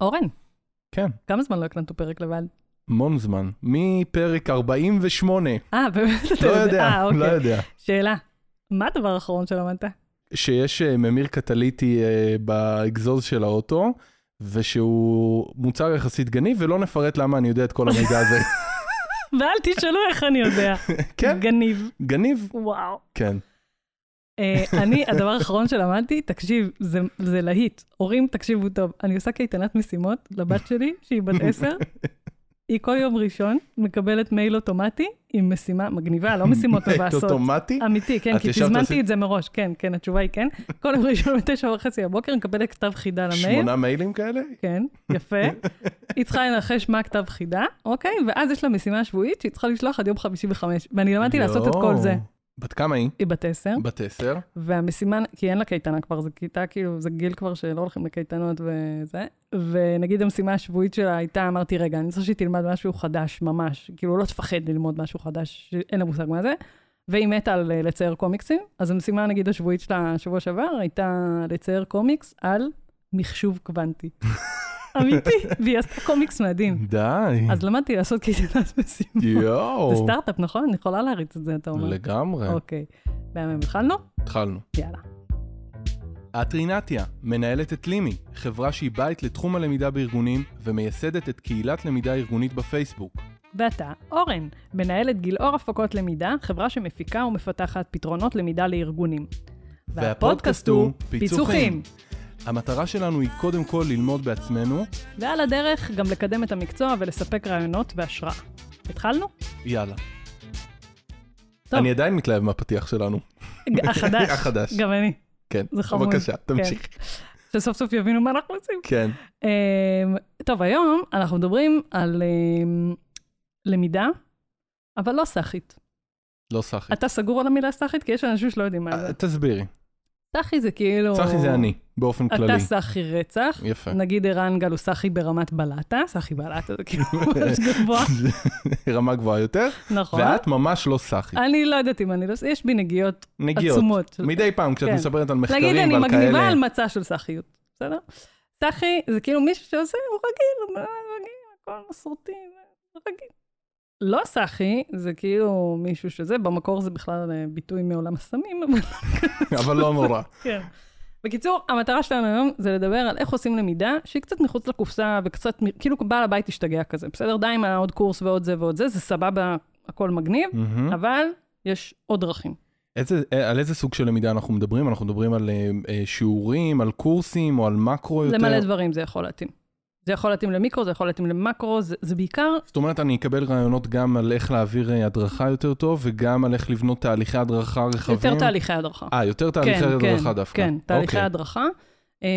אורן, כן, כמה זמן לא הקלטנו פרק לבד? המון זמן. מפרק 48, אה, באמת? אתה לא יודע, אה, אוקיי. לא יודע. שאלה, מה הדבר האחרון שלמדת? שיש אה, ממיר קטליטי אה, באגזוז של האוטו, ושהוא מוצר יחסית גניב, ולא נפרט למה אני יודע את כל המידע הזה. ואל תשאלו איך אני יודע. כן, גניב, גניב, וואו. כן. אה, אני, הדבר האחרון שלמדתי, תקשיב, זה- זה להיט. הורים, תקשיבו טוב. אני עושה קייטנת משימות לבת שלי, שהיא בת עשר. היא כל יום ראשון מקבלת מייל אוטומטי עם משימה מגניבה, לא משימות מבאסות. אוטומטי? אמיתי, כן, את כי ישבת תזמנתי עשית- את זה מראש, כן, כן, התשובה היא כן. כל יום ראשון בתשע וחצי בבוקר מקבלת כתב חידה למייל. שמונה מיילים כאלה? כן, יפה. היא צריכה לנחש מה כתב חידה, אוקיי? ואז יש לה משימה שבועית שהיא צריכה לשלוח עד יום חמישי בחמש. ואני למדתי לעשות את כל זה. לא? יואו. לא. בת כמה היא? היא בת עשר, בת עשר. והמשימה, כי אין לה קייטנה כבר, זו כיתה כאילו, זה גיל כבר שלא הולכים לקייטנות וזה. ונגיד המשימה השבועית שלה הייתה, אמרתי, רגע, אני רוצה שהיא תלמד משהו חדש, ממש. כאילו, לא תפחד ללמוד משהו חדש, אין לה מושג מה זה. והיא מתה על אה, לצייר קומיקסים, אז המשימה, נגיד, השבועית שלה שבוע שעבר, הייתה לצייר קומיקס על מחשוב קוונטי. אמיתי, והיא עשתה קומיקס מדהים. די. אז למדתי לעשות קייטנת משימות. יואו. זה סטארט-אפ, נכון? אני יכולה להריץ את זה, אתה אומר. לגמרי. אוקיי. מהמם התחלנו? התחלנו. יאללה. את רינתיה, מנהלת את לימי, חברה שהיא בית לתחום הלמידה בארגונים ומייסדת את קהילת למידה ארגונית בפייסבוק. ואתה, אורן, מנהלת גילאור הפקות למידה, חברה שמפיקה ומפתחת פתרונות למידה לארגונים. והפודקאסט הוא פיצוחים. המטרה שלנו היא קודם כל ללמוד בעצמנו. ועל הדרך גם לקדם את המקצוע ולספק רעיונות והשראה. התחלנו? יאללה. טוב. אני עדיין מתלהב מהפתיח שלנו. החדש. החדש. גם אני. כן. זה חמוד. בבקשה, תמשיך. שסוף סוף יבינו מה אנחנו עושים. כן. אמ, טוב, היום אנחנו מדברים על אמ, למידה, אבל לא סאחית. לא סחי. אתה סגור על המילה סאחית? כי יש אנשים שלא יודעים מה זה. אה, תסבירי. סאחי זה כאילו... סחי זה אני, באופן כללי. אתה סאחי רצח. יפה. נגיד ערן גל הוא סאחי ברמת בלטה, סאחי בלטה זה כאילו ממש גבוה, רמה גבוהה יותר, נכון? ואת ממש לא סחי. אני לא יודעת אם אני לא... יש בי נגיעות נגיעות. עצומות. מדי פעם כשאת כן. מספרת על מחקרים ועל נגיד כאלה. אני מגניבה על מצע של סאחיות, בסדר? סאחי זה כאילו מישהו שעושה, הוא רגיל, הוא רגיל, הכל מסורתי, הוא רגיל. לא סאחי, זה כאילו מישהו שזה, במקור זה בכלל אה, ביטוי מעולם הסמים, אבל אבל לא נורא. כן. בקיצור, המטרה שלנו היום זה לדבר על איך עושים למידה שהיא קצת מחוץ לקופסה וקצת, מ- כאילו בעל הבית השתגע כזה, בסדר? די עם העוד קורס ועוד זה ועוד זה, זה סבבה, הכל מגניב, מהמם. אבל יש עוד דרכים. איזה- אה, על איזה סוג של למידה אנחנו מדברים? אנחנו מדברים על אה, אה, שיעורים, על קורסים או על מקרו יותר? יותר... למלא דברים זה יכול להתאים. זה יכול להתאים למיקרו, זה יכול להתאים למקרו, זה, זה בעיקר, זאת אומרת, אני אקבל רעיונות גם על איך להעביר אה, הדרכה יותר טוב, וגם על איך לבנות תהליכי הדרכה רחבים. יותר תהליכי הדרכה. אה, יותר תהליכי הדרכה דווקא. כן, תהליכי אוקיי. הדרכה. אמ,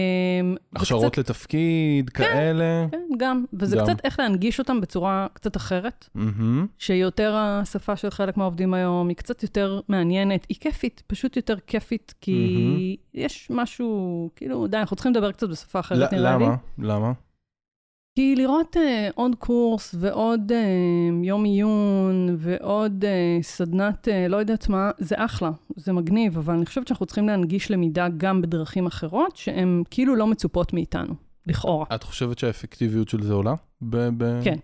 הכשרות וקצת- לתפקיד, כאלה. כן, גם, וזה גם. קצת איך להנגיש אותם בצורה קצת אחרת. מהמם. שיותר השפה של חלק מהעובדים היום, היא קצת יותר מעניינת, היא כיפית, פשוט יותר כיפית, כי יש משהו, כאילו, די, אנחנו צריכים לדבר קצת בשפה אחרת, ל- נראה לי. למה? למה? כי לראות אה, עוד קורס ועוד אה, יום עיון ועוד אה, סדנת אה, לא יודעת מה, זה אחלה, זה מגניב, אבל אני חושבת שאנחנו צריכים להנגיש למידה גם בדרכים אחרות, שהן כאילו לא מצופות מאיתנו, לכאורה. את חושבת שהאפקטיביות של זה עולה? ב- ב- כן.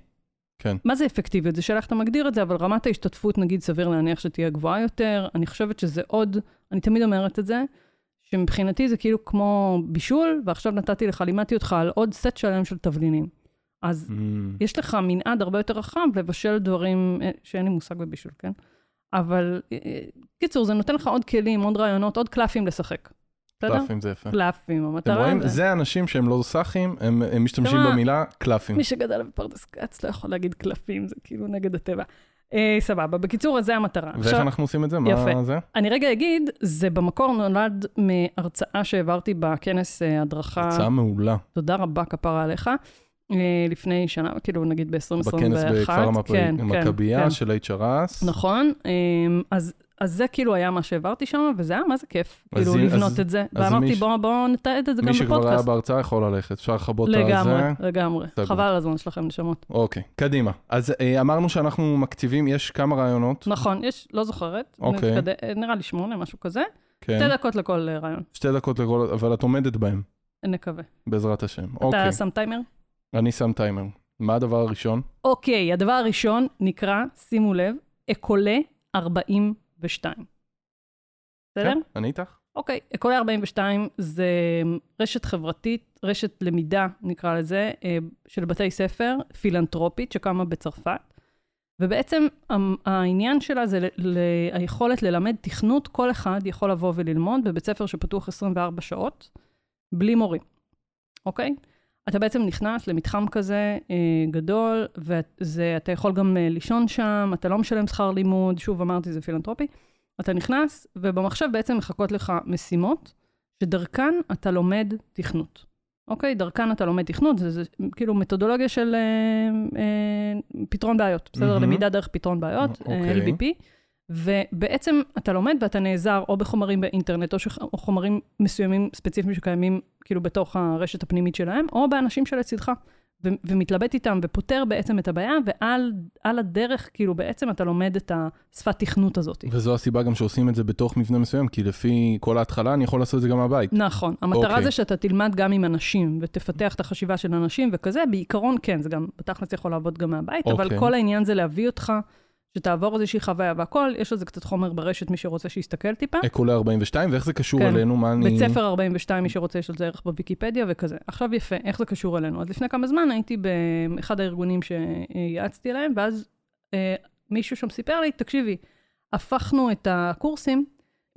כן. מה זה אפקטיביות? זה שאלה איך אתה מגדיר את זה, אבל רמת ההשתתפות, נגיד, סביר להניח שתהיה גבוהה יותר. אני חושבת שזה עוד, אני תמיד אומרת את זה, שמבחינתי זה כאילו כמו בישול, ועכשיו נתתי לך, לימדתי אותך על עוד סט שלם של תבלינים. Mm. אז מהמם. יש לך מנעד הרבה יותר רחב לבשל דברים אה, שאין לי מושג בבישול, כן? אבל אה, אה, קיצור, זה נותן לך עוד כלים, עוד רעיונות, עוד קלפים לשחק. בסדר? קלפים זה יפה. קלפים, אתם המטרה... רואים? זה אנשים שהם לא סאחים, הם הם משתמשים תראה, במילה קלפים. מי שגדל בפרדס כץ לא יכול להגיד קלפים, זה כאילו נגד הטבע. אה, סבבה, בקיצור, אז זה המטרה. ואיך אנחנו עושים את זה? מה יפה. אה, זה? אני רגע אגיד, זה במקור נולד מהרצאה שהעברתי בכנס אה, הדרכה. הצעה מעולה. תודה רבה, כפרה עליך. אה, לפני שנה, כאילו נגיד ב-2021. כן, בכנס בכפר המכבי- המכבייה של HRS. נכון, אמ, אז, אז זה כאילו היה מה שהעברתי שם, וזה היה מה זה כיף, אז כאילו אם- לבנות אז- את זה. אז ואמרתי, מי ש- בואו בוא, נתעד את זה גם מי בפודקאסט. שכבר היה בהרצאה יכול ללכת, אפשר לכבות את הזה. לגמרי, לגמרי. סגור. חבל על הזמן שלכם, נשמות. אוקיי, קדימה. אז אה, אמרנו שאנחנו מקציבים, יש כמה רעיונות. נכון, יש, לא זוכרת. אוקיי. נתקד- נראה לי שמונה, משהו כזה. כן. שתי דקות לכל אה, רעיון, שתי דקות לכל, אבל את עומדת בהם, נקווה. בעזרת השם. אוקיי. אתה שם טיימר? אני שם טיימר. מה הדבר הראשון? אוקיי, הדבר הראשון נקרא, שימו לב, אקולה 42. בסדר? כן, אני איתך. אוקיי, אקולה 42 זה אמ, רשת חברתית, רשת למידה, נקרא לזה, אה, של בתי ספר, פילנטרופית, שקמה בצרפת. ובעצם המ- העניין שלה זה ל- ל- היכולת ללמד תכנות, כל אחד יכול לבוא וללמוד בבית ספר שפתוח 24 שעות, בלי מורים, אוקיי? אתה בעצם נכנס למתחם כזה אה, גדול, ואתה יכול גם אה, לישון שם, אתה לא משלם שכר לימוד, שוב אמרתי, זה פילנטרופי. אתה נכנס, ובמחשב בעצם מחכות לך משימות, שדרכן אתה לומד תכנות. אוקיי? דרכן אתה לומד תכנות, זה, זה כאילו מתודולוגיה של אה, אה, פתרון בעיות, בסדר? Mm-hmm. מהמם. למידה דרך פתרון בעיות, אוקיי. okay. LDP. ובעצם אתה לומד ואתה נעזר או בחומרים באינטרנט או, שח, או חומרים מסוימים ספציפיים שקיימים כאילו בתוך הרשת הפנימית שלהם, או באנשים שלצידך, ו- ומתלבט איתם ופותר בעצם את הבעיה, ועל על הדרך כאילו בעצם אתה לומד את השפת תכנות הזאת. וזו הסיבה גם שעושים את זה בתוך מבנה מסוים, כי לפי כל ההתחלה אני יכול לעשות את זה גם מהבית. נכון, המטרה אוקיי. זה שאתה תלמד גם עם אנשים, ותפתח את החשיבה של אנשים וכזה, בעיקרון כן, זה גם, בתכלס יכול לעבוד גם מהבית, אוקיי. אבל כל העניין זה להביא אותך, שתעבור איזושהי חוויה והכל, יש על זה קצת חומר ברשת, מי שרוצה שיסתכל טיפה. אקולה 42, ואיך זה קשור כן. אלינו? מה אני... בית ספר 42, מי שרוצה, יש על זה ערך בוויקיפדיה וכזה. עכשיו יפה, איך זה קשור אלינו? אז לפני כמה זמן הייתי באחד הארגונים שיעצתי להם, ואז אה, מישהו שם סיפר לי, תקשיבי, הפכנו את הקורסים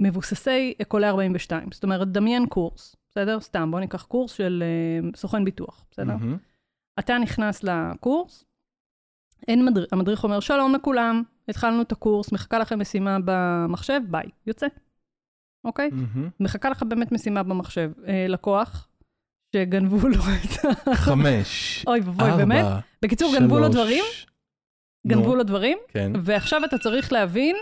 מבוססי אקולי 42. זאת אומרת, דמיין קורס, בסדר? סתם, בוא ניקח קורס של אה, סוכן ביטוח, בסדר? מהמם. אתה נכנס לקורס, אין מדר... המדריך אומר, שלום לכולם, התחלנו את הקורס, מחכה לכם משימה במחשב, ביי, יוצא. אוקיי? מהמם. מחכה לך באמת משימה במחשב. אה, לקוח, שגנבו לו את ה... חמש, אוי ואבוי, באמת? ארבע, בקיצור, שלוש. גנבו לו דברים, נו, גנבו לו אוקיי. דברים, כן. ועכשיו אתה צריך להבין,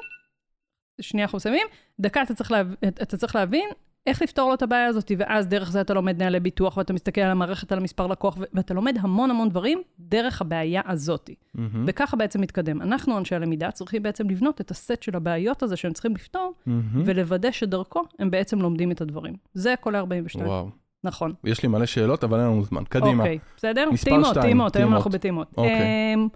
שנייה אנחנו מסיימים, דקה אתה צריך, להב... אתה צריך להבין איך לפתור לו את הבעיה הזאת, ואז דרך זה אתה לומד נהלי ביטוח, ואתה מסתכל על המערכת, על המספר לקוח, ו... ואתה לומד המון המון דברים דרך הבעיה הזאת. מהמם. וככה בעצם מתקדם. אנחנו, אנשי הלמידה, צריכים בעצם לבנות את הסט של הבעיות הזה שהם צריכים לפתור, מהמם. ולוודא שדרכו הם בעצם לומדים את הדברים. זה כל ה-42. וואו, נכון. יש לי מלא שאלות, אבל אין לנו זמן. קדימה. אוקיי, בסדר? מספר טעימות, שתיים, טעימות, היום טעימות. אנחנו בטעימות. אוקיי. אמ,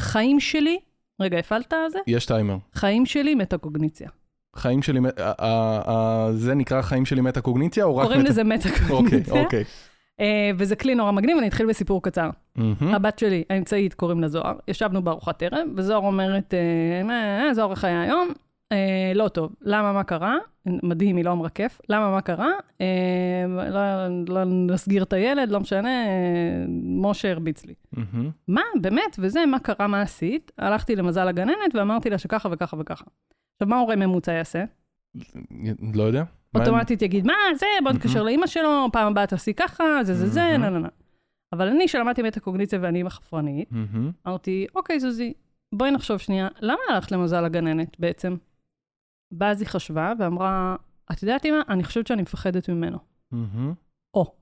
חיים שלי, רגע, הפעלת זה? יש טיימר. חיים שלי מטה-קוגניציה. חיים שלי, מת- ה- ה- ה- זה נקרא חיים שלי מטה-קוגניציה או רק קוראים מטה- לזה אוקיי, מטה-קוגניציה. אוקיי. Mm-hmm. אה, וזה כלי נורא מגניב, אני אתחיל בסיפור קצר. מהמם. הבת שלי, האמצעית, קוראים לה זוהר. ישבנו בארוחת ערב, וזוהר אומרת, אה, "מה, אה, זוהר, איך היה היום? אה, לא טוב. למה, מה קרה? מדהים, היא לא אמרה כיף. למה, מה קרה? אה, לא- לא נסגיר את הילד, לא משנה, אה, משה הרביץ לי. מהמם. מה, באמת, וזה, מה קרה, מה עשית? הלכתי למזל הגננת ואמרתי לה שככה וככה וככה. עכשיו, מה הורה ממוצע יעשה? לא יודע. מה- אוטומטית יגיד, מה, זה, בוא נתקשר לאימא שלו, פעם הבאה תעשי ככה, זה, זה, זה, מהמם. נה, נה, נה. אבל אני, שלמדתי מטה-קוגניציה ואני אימא חפרנית, מהמם. אמרתי, אוקיי, זוזי, בואי נחשוב שנייה, למה הלכת למזל הגננת בעצם? ואז היא חשבה ואמרה, את יודעת, אימא, אני חושבת שאני מפחדת ממנו. מהמם. או,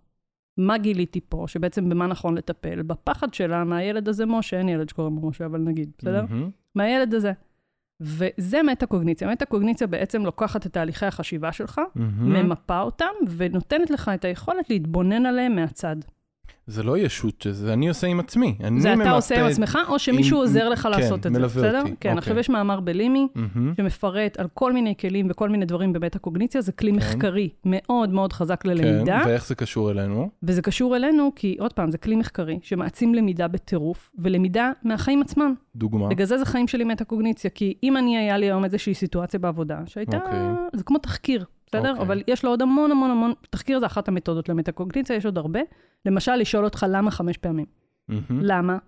מה גיליתי פה, שבעצם במה נכון לטפל? בפחד שלה מהילד הזה, משה, אין ילד שקוראים לו משה, אבל נגיד, בסדר? מהמם. מהילד הזה. וזה מטה-קוגניציה. מטה-קוגניציה בעצם לוקחת את תהליכי החשיבה שלך, מהמם. ממפה אותם, ונותנת לך את היכולת להתבונן עליהם מהצד. זה לא ישות, זה אני עושה עם עצמי. אני זה אתה ממפה עושה עם את- עצמך, או שמישהו עם- עוזר לך כן, לעשות את זה, מלווה בסדר? אותי, כן, אוקיי. עכשיו יש מאמר בלימי, מהמם. שמפרט על כל מיני כלים וכל מיני דברים במטה-קוגניציה, זה כלי כן. מחקרי מאוד מאוד חזק ללמידה. כן, ואיך זה קשור אלינו? וזה קשור אלינו, כי עוד פעם, זה כלי מחקרי שמעצים למידה בטירוף, ולמידה מהחיים עצמם. דוגמה. בגלל זה זה חיים שלי מטה-קוגניציה, כי אם אני, היה לי היום איזושהי סיטואציה בעבודה, שהייתה, אוקיי. זה כמו תחקיר, בסדר? אוקיי. אבל יש לו עוד המון המון המון, תחקיר זה אחת המתודות למטה-קוגניציה, יש עוד הרבה. למשל, לשאול אותך למה חמש פעמים. Mm-hmm. מהמם. למה?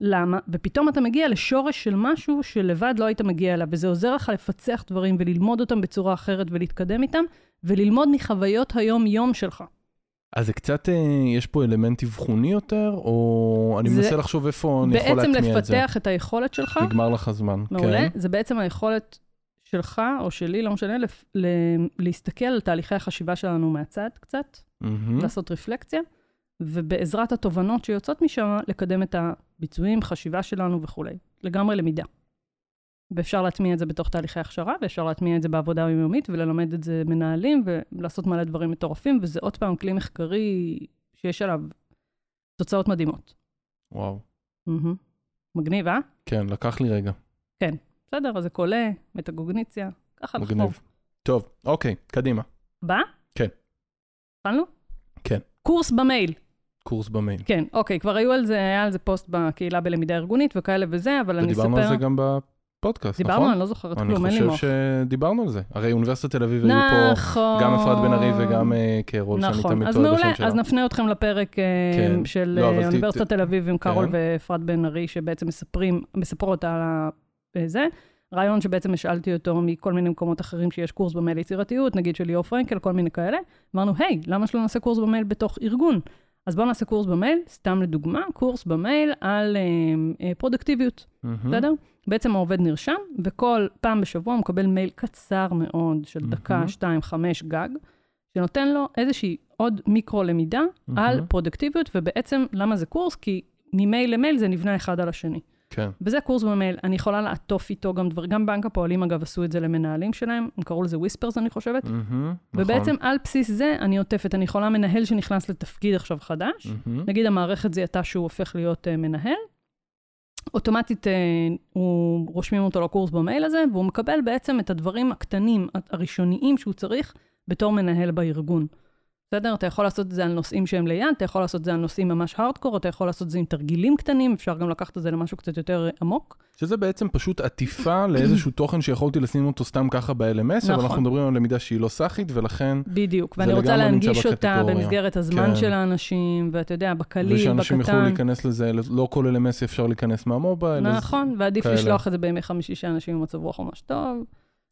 למה? ופתאום אתה מגיע לשורש של משהו שלבד לא היית מגיע אליו, וזה עוזר לך לפצח דברים וללמוד אותם בצורה אחרת ולהתקדם איתם, וללמוד מחוויות היום-יום שלך. אז זה קצת, אה, יש פה אלמנט אבחוני יותר, או אני זה- מנסה לחשוב איפה אני יכול בעצם להטמיע את זה. לפתח את היכולת שלך, נגמר לך הזמן. כן. מעולה, זה בעצם היכולת שלך או שלי, לא משנה, לפ- ל- להסתכל על תהליכי החשיבה שלנו מהצד קצת, כן. מהמם. לעשות רפלקציה, ובעזרת התובנות שיוצאות משם, לקדם את הביצועים, חשיבה שלנו וכולי. לגמרי למידה. ואפשר להטמיע את זה בתוך תהליכי הכשרה, ואפשר להטמיע את זה בעבודה היומיומית, וללמד את זה מנהלים, ולעשות מלא דברים מטורפים, וזה עוד פעם כלי מחקרי שיש עליו תוצאות מדהימות. וואו. מהמם. מגניב, אה? כן, לקח לי רגע. בסדר, אז זה קולה, מטגוגניציה, ככה לחפור. מגניב. טוב, אוקיי, קדימה. בא? כן. התחלנו? כן. קורס במייל. קורס במייל. כן, אוקיי, כבר היו על זה, היה על זה פוסט בקהילה בלמידה ארגונית וכאלה וזה, אבל אני אספר... ודיברנו על זה גם בפודקאסט, נכון? דיברנו, אני לא זוכרת כלום, אין לי אני מוח. חושב שדיברנו על זה. הרי אוניברסיטת תל אביב היו פה נכון. גם אפרת בן ארי וגם אה, קרול, שאני נכון, תמיד אז טועה בשם שלה. מעולה, אז נפנה אתכם לפרק אה, כן. של לא, אבל אה, ת- אוניברסיטת תל אביב עם קארול כן. ואפרת בן ארי, שבעצם מספרים, מספרות על ה- אה, זה. רעיון שבעצם השאלתי אותו מכל מיני מקומות אחרים שיש קורס במייל ליצירתיות, נגיד של ליאור פרנקל, כל מיני כאלה. אמרנו, היי, למה שלא נעשה קורס במייל בתוך ארגון? אז בואו נעשה קורס במייל, סתם לדוגמה, קורס במייל על אה, אה, פרודקטיביות. מהמם. בסדר? בעצם העובד נרשם, וכל פעם בשבוע הוא מקבל מייל קצר מאוד, של דקה, מהמם. שתיים, חמש גג, שנותן לו איזושהי עוד מיקרו-למידה על מהמם. פרודקטיביות, ובעצם למה זה קורס? כי ממייל למייל זה נבנה אחד על השני. כן. וזה קורס במייל, אני יכולה לעטוף איתו גם דברים, גם בנק הפועלים אגב עשו את זה למנהלים שלהם, הם קראו לזה וויספרס אני חושבת, מהמם, נכון. ובעצם על בסיס זה אני עוטפת, אני יכולה מנהל שנכנס לתפקיד עכשיו חדש, מהמם. נגיד המערכת זיהתה שהוא הופך להיות אה, מנהל, אוטומטית אה, הוא, רושמים אותו לקורס במייל הזה, והוא מקבל בעצם את הדברים הקטנים, ה- הראשוניים שהוא צריך בתור מנהל בארגון. בסדר? אתה יכול לעשות את זה על נושאים שהם ליד, אתה יכול לעשות את זה על נושאים ממש הארדקור, אתה יכול לעשות את זה עם תרגילים קטנים, אפשר גם לקחת את זה למשהו קצת יותר אה, עמוק. שזה בעצם פשוט עטיפה לאיזשהו תוכן שיכולתי לשים אותו סתם ככה ב-LMS, אבל נכון. אנחנו מדברים על למידה שהיא לא סאחית, ולכן... בדיוק, זה ואני רוצה לגמרי נמצא להנגיש אותה בקטגוריה. במסגרת הזמן כן. של האנשים, ואתה יודע, בקליל, ושאנשים יוכלו בקטן. להיכנס לזה, לא כל LMS אפשר להיכנס מהמובייל. אז- נכון, ועדיף כאלה. לשלוח את זה בימי חמישי שאנשים עם מצב רוח ממש טוב.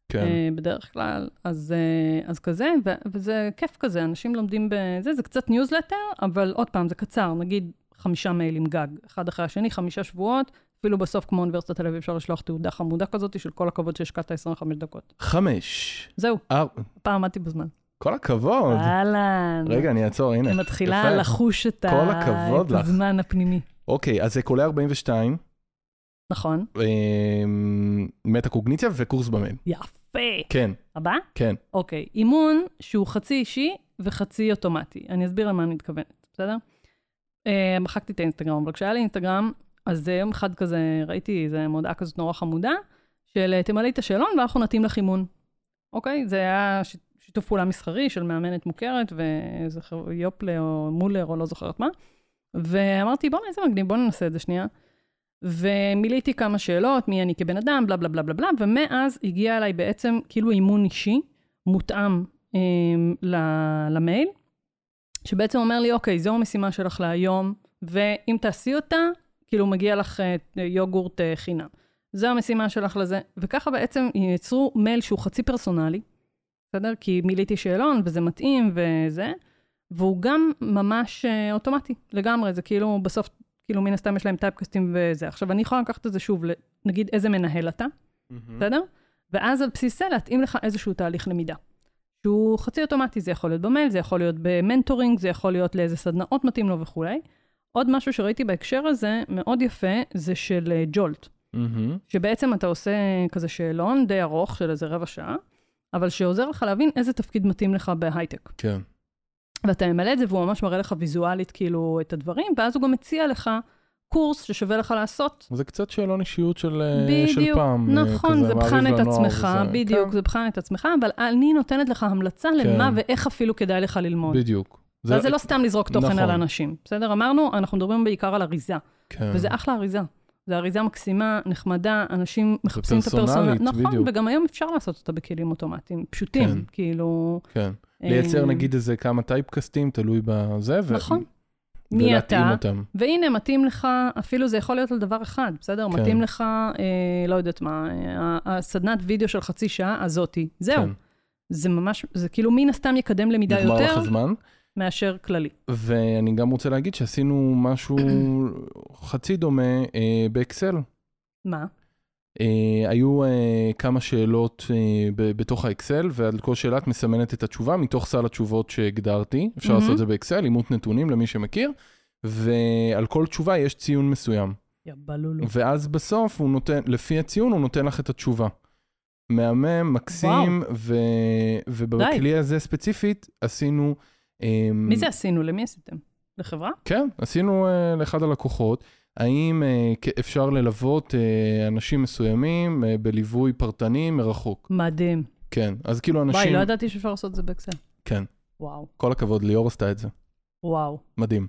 כן. אה, בדרך כלל, אז, אה, אז כזה, ו- וזה כיף כזה, אנשים לומדים בזה, זה קצת ניוזלטר, אבל עוד פעם, זה קצר, נגיד חמישה מיילים גג, אחד אחרי השני, חמישה שבועות, אפילו בסוף, כמו אוניברסיטת תל אביב, אפשר לשלוח תעודה חמודה כזאת של כל הכבוד שהשקעת 25 דקות. חמש. זהו, ארבע. הפעם עמדתי בזמן. כל הכבוד. אה, אהלן. רגע, אני אעצור, הנה. אני מתחילה יפה. לחוש את, כל ה... הכבוד את לך. הזמן הפנימי. אוקיי, אז זה קולה 42, נכון? אמ, מטה-קוגניציה וקורס במייל. יפה. כן, הבא? כן. אוקיי, אימון שהוא חצי אישי וחצי אוטומטי. אני אסביר למה אני מתכוונת, בסדר? אה, מחקתי את האינסטגרם, אבל כשהיה לי אינסטגרם, אז אה, יום אחד כזה ראיתי איזה מודעה כזאת נורא חמודה, של אה, תמלאי את השאלון ואנחנו נתאים לך אימון. אוקיי? זה היה ש... שיתוף פעולה מסחרי של מאמנת מוכרת ואיזה ח- יופלה או מולר או לא זוכרת מה. ואמרתי, בוא'נה, איזה מגניב, בואו ננסה את זה שנייה. ומילאתי כמה שאלות, מי אני כבן אדם, בלה בלה בלה בלה בלה, ומאז הגיע אליי בעצם כאילו אימון אישי, מותאם אה, ל- למייל, שבעצם אומר לי, אוקיי, זו המשימה שלך להיום, ואם תעשי אותה, כאילו מגיע לך אה, יוגורט אה, חינם. זו המשימה שלך לזה, וככה בעצם יצרו מייל שהוא חצי פרסונלי, בסדר? כי מילאתי שאלון וזה מתאים וזה, והוא גם ממש אה, אוטומטי לגמרי, זה כאילו בסוף, כאילו מן הסתם יש להם טייפקסטים וזה. עכשיו, אני יכולה לקחת את זה שוב, ל- נגיד איזה מנהל אתה, בסדר? ואז על בסיס זה להתאים לך איזשהו תהליך למידה. שהוא חצי אוטומטי, זה יכול להיות במייל, זה יכול להיות במנטורינג, זה יכול להיות לאיזה סדנאות מתאים לו וכולי. עוד משהו שראיתי בהקשר הזה, מאוד יפה, זה של אה, ג'ולט. מהמם. שבעצם אתה עושה כזה שאלון די ארוך של איזה רבע שעה, אבל שעוזר לך להבין איזה תפקיד מתאים לך בהייטק. כן. ואתה ממלא את זה והוא ממש מראה לך ויזואלית כאילו את הדברים, ואז הוא גם מציע לך קורס ששווה לך לעשות. זה קצת שאלון אישיות של אה, של בדיוק, פעם. אה, נכון, כזה, זה מעריב בחן את לנוער עצמך, וזה. בדיוק, כן, זה בחן את עצמך, אבל אני נותנת לך המלצה למה ואיך אפילו כדאי לך ללמוד. כן. בדיוק. ואז זה לא סתם לזרוק תוכן נכון. על אנשים, בסדר? אמרנו, אנחנו מדברים בעיקר על אריזה, כן. וזה אחלה אריזה. זו אריזה מקסימה, נחמדה, אנשים מחפשים את הפרסונה. פרסונלית, נכון, בדיוק. וגם היום אפשר לעשות אותה בכלים אוטומטיים, פשוטים, כן. כאילו... כן. לייצר אה, נגיד איזה כמה טייפקסטים, תלוי בזה. ו- נכון. מי ולהתאים אתה? אותם. והנה, מתאים לך, אפילו זה יכול להיות על דבר אחד, בסדר? כן. מתאים לך, אה, לא יודעת מה, אה, הסדנת וידאו של חצי שעה הזאתי. זהו. כן. זה ממש, זה כאילו מן הסתם יקדם למידה נגמר יותר לך הזמן. מאשר כללי. ואני גם רוצה להגיד שעשינו משהו חצי דומה אה, באקסל. מה? אה, היו אה, כמה שאלות אה, ב- בתוך האקסל, ועל כל שאלה את מסמנת את התשובה מתוך סל התשובות שהגדרתי. אפשר מהמם. לעשות את זה באקסל, אימות נתונים למי שמכיר, ועל כל תשובה יש ציון מסוים. יא בלולו. ואז בסוף הוא נותן, לפי הציון הוא נותן לך את התשובה. מהמם, מקסים, ו... ובכלי הזה ספציפית עשינו... אמ, מי זה עשינו? למי עשיתם? לחברה? כן, עשינו אה, לאחד הלקוחות, האם אה, כ- אפשר ללוות אה, אנשים מסוימים אה, בליווי פרטני מרחוק. מדהים. כן, אז כאילו אנשים... וואי, לא ידעתי שאפשר לעשות את זה באקסל. כן, וואו, כל הכבוד, ליאור עשתה את זה. וואו. מדהים.